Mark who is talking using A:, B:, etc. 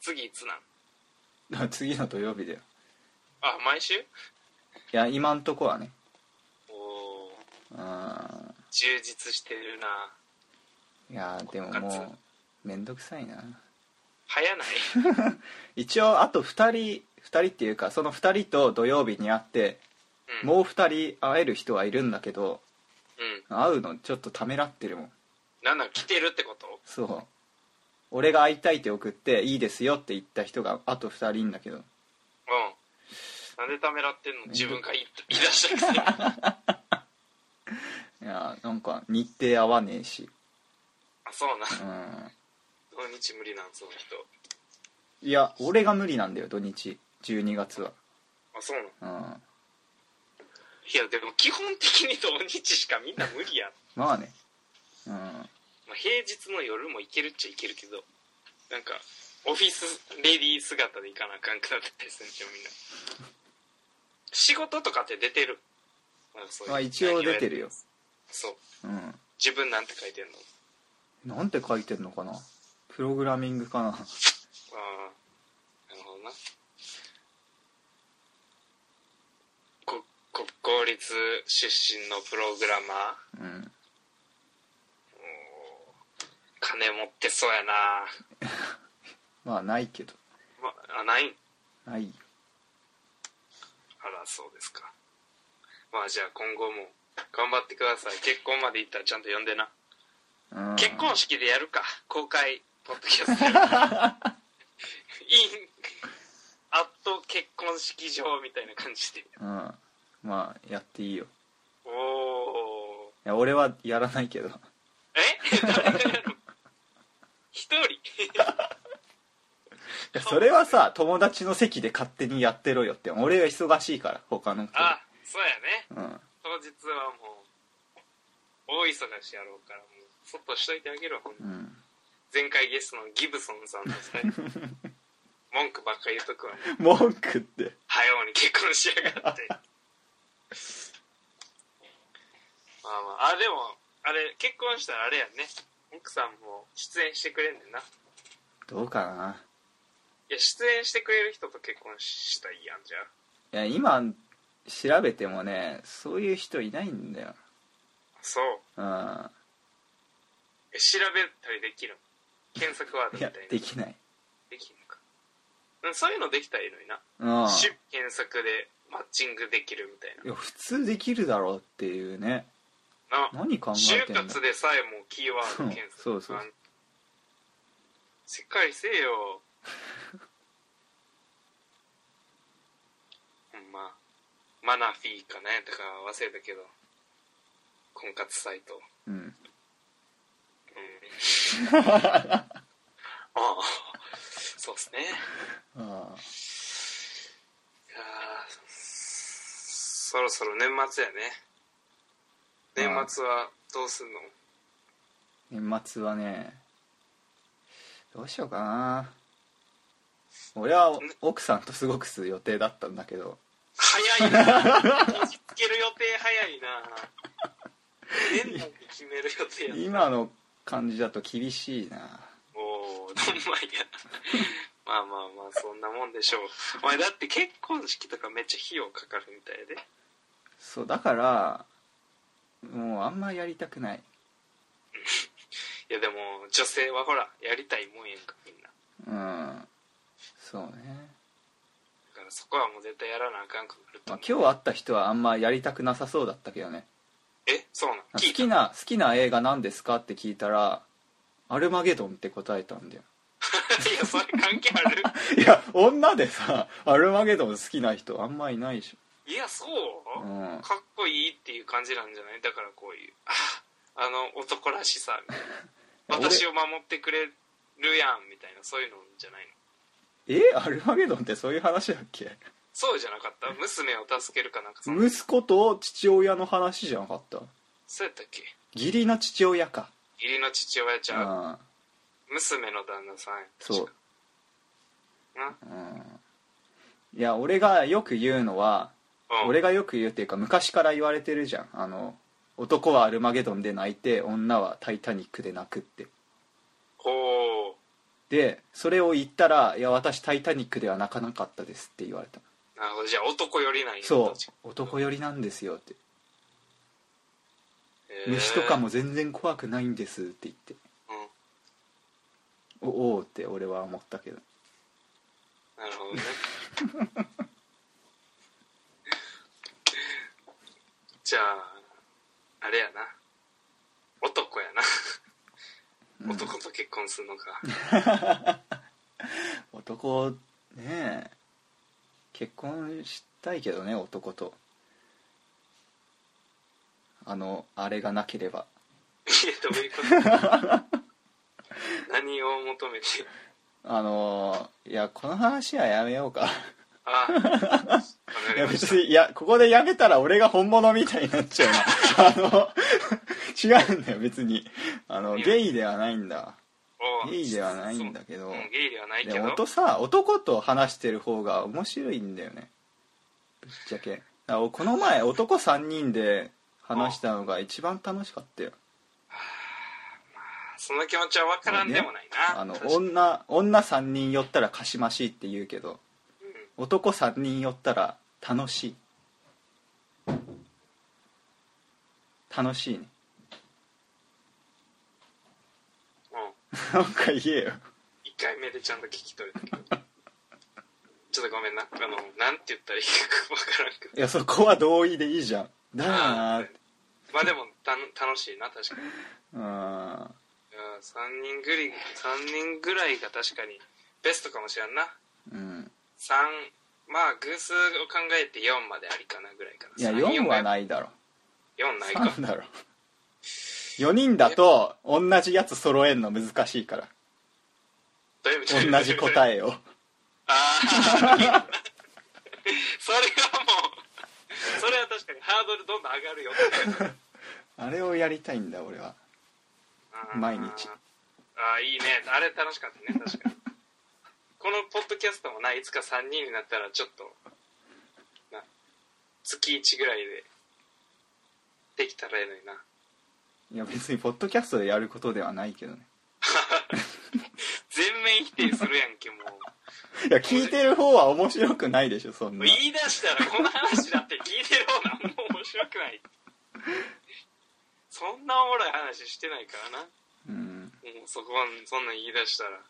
A: 次いつなん
B: 次の土曜日だよ
A: あ毎週
B: いや今んとこはね
A: おお
B: うん
A: 充実してるない
B: やでも
A: 復
B: も
A: 活
B: うめんどくさいな
A: 早ない
B: 一応あと2人2人っていうかその2人と土曜日に会って
A: うん
B: もう2人会える人はいるんだけど
A: うん
B: 会うのちょっとためらってるもん
A: なんだ来てるってこと
B: そう俺が会いたいって送っていいですよって言った人があと2人いんだけど
A: うんなんでためらってんの自分が言い言い出したくせに
B: いやなんか日程合わねえし
A: あそうなん
B: うん
A: 土日無理なんその人
B: いや俺が無理なんだよ土日12月は
A: あそうなん
B: うん
A: いやでも基本的に土日しかみんな無理やん、
B: まあねうん
A: まあ、平日の夜も行けるっちゃ行けるけどなんかオフィスレディー姿で行かなあかんくなったりするんちゃうみんな仕事とかって出てるなんかそういう
B: まあ一応出てるよ
A: そう
B: うん
A: 自分なんて書いてんの
B: なんて書いてんのかなプログラミングかな
A: ああなるほどなこ国公立出身のプログラマー
B: う
A: お
B: ん
A: ー金持ってそうやな
B: まあないけど
A: まあないん
B: ないよ
A: あらそうですかまあじゃあ今後も頑張ってください結婚までいったらちゃんと呼んでな、
B: うん
A: 結婚式でやるか公開ポッドキャストやるインアット結婚式場みたいな感じで
B: うんまあやっていいよい
A: おお
B: や俺はやらないけど
A: え 誰がやるの一人
B: いやそれはさ友達の席で勝手にやってろよって俺は忙しいから他の子
A: あそうやね
B: うん
A: 当日はもう大忙しやろうからもうそっとしといてあげるわほん
B: う
A: と
B: ん
A: 前回ゲストのギブソンさんとさ 文句ばっか言うとくわもう
B: 文句って
A: 早うに結婚しやがってまあまああでもあれ結婚したらあれやね奥さんも出演してくれんねんない
B: どうかな
A: や出演してくれる人と結婚したいやんじゃあ
B: いや今調べてもねそういう人いないんだよ
A: そう
B: うん
A: え調べたりできるん検索ワードみ
B: いや
A: たいな
B: できない
A: できんのかうんそういうのできたらいいのにな
B: うん
A: 主検索でマッチングできるみたい
B: いや普通できるだろうっていうね
A: なな
B: 何考えて
A: 就
B: んだ
A: 活でさえもうキーワード検索
B: そうそうそう
A: あしっかりせえ よほんまマナフィーかねとか忘れたけど婚活サイトうん
B: うん
A: ああそうっすね
B: あ
A: いやーそろそろ年末やね年末はどうすんの
B: 年末はねどうしようかな俺は奥さんと過ごす予定だったんだけど
A: 早いなこじつける予定早いな年内で決める予定や
B: 今の感じだと厳しいな
A: おおどんまいやまあまあまあそんなもんでしょうお前だって結婚式とかめっちゃ費用かかるみたいで
B: そうだからもうあんまやりたくない
A: いやでも女性はほらやりたいもんやんかみんな
B: うんそうね、
A: だからそこはもう絶対やらなあかんくなると
B: まあ
A: 思う、
B: 今日会った人はあんまやりたくなさそうだったけどね
A: えそうなん
B: 好
A: 聞いた
B: きな好きな映画何ですかって聞いたら「アルマゲドン」って答えたんだよ
A: いやそれ関係ある
B: いや女でさアルマゲドン好きな人あんまいないでし
A: いやそう、
B: ょうん
A: かっこいいっていう感じなんじゃないだからこういうああの男らしさみたいな
B: いや俺
A: 私を守ってくれるやんみたいなそういうのじゃないの
B: えアルマゲドンってそういう話だっけ
A: そうじゃなかった娘を助けるかなんかその
B: 息子と父親の話じゃなかった
A: そうやったっけ
B: 義理の父親か
A: 義理の父親ち
B: う
A: ゃうん娘の旦那さんや
B: そう
A: 確かな
B: うんいや俺がよく言うのは
A: うん
B: 俺がよく言うっていうか昔から言われてるじゃんあの男はアルマゲドンで泣いて女は「タイタニック」で泣くって
A: ほう
B: でそれを言ったら「いや私タイタニックでは泣かなかったです」って言われた
A: なるほどじゃあ男寄りなんや
B: そう男寄りなんですよって虫とか、も全然怖くないんですって言って
A: へーうん
B: おおーって俺は思ったけど
A: なるほどね じゃああれやな男や
B: うん
A: な男と結婚するのか、
B: 男ねえ結婚したいけどね男とあのあれがなければ
A: いやどういうこと 何を求めて
B: あのいやこの話はやめようか
A: ああわか
B: い
A: り
B: や
A: まし
B: 別
A: た
B: にいやここでやめたら俺が本物みたいになっちゃうなあの違うんだよ別にあの
A: いや
B: ゲイではないんだ
A: おう
B: ゲイではないんだけ
A: そう
B: ど
A: うんゲイではないけ
B: で
A: ど
B: もとさ男と話してる方が面白いんだよねぶっちゃけだからこの前男3人で話したのが一番楽しかったよ
A: その気持ちは分からんでもないな、
B: あの
A: 確かに
B: 女女3人寄ったらかしましいって言うけど男3人寄ったら楽しい楽しいね
A: うんうん
B: なんか言えよ
A: 一回目でちゃんと聞き取れたけどちょっとごめんなあのなんて言ったらいいか分 からんけど
B: いやそこは同意でいいじゃんだよなーって
A: まあでもたの楽しいな確かに
B: うん
A: 3人ぐらい三人ぐらいが確かにベストかもしれんな
B: うん
A: 3まあ偶数を考えて4までありかなぐらいかない
B: や4はないいだろ
A: 4ないか
B: なんだろう4人だと同じやつ揃えんの難しいから
A: どういう意味
B: 同じ
A: え
B: 答えを
A: あ あそれはもうそれは確かにハードルどんどん上がるよ
B: あれをやりたいんだ俺は毎日
A: ああいいねあれ楽しかったね確かに このポッドキャストもないつか3人になったらちょっとな月1ぐらいでできたらええのにない
B: や別にポッドキャストでやることではないけどね
A: 全面否定するやんけも
B: いや聞いてる方は面白くないでしょそ
A: う
B: んな
A: もう言い出したらこの話だって聞いてる方なんも面白く ないそんなおもろい話してないからな
B: うん
A: もうそこはそんなん言い出したら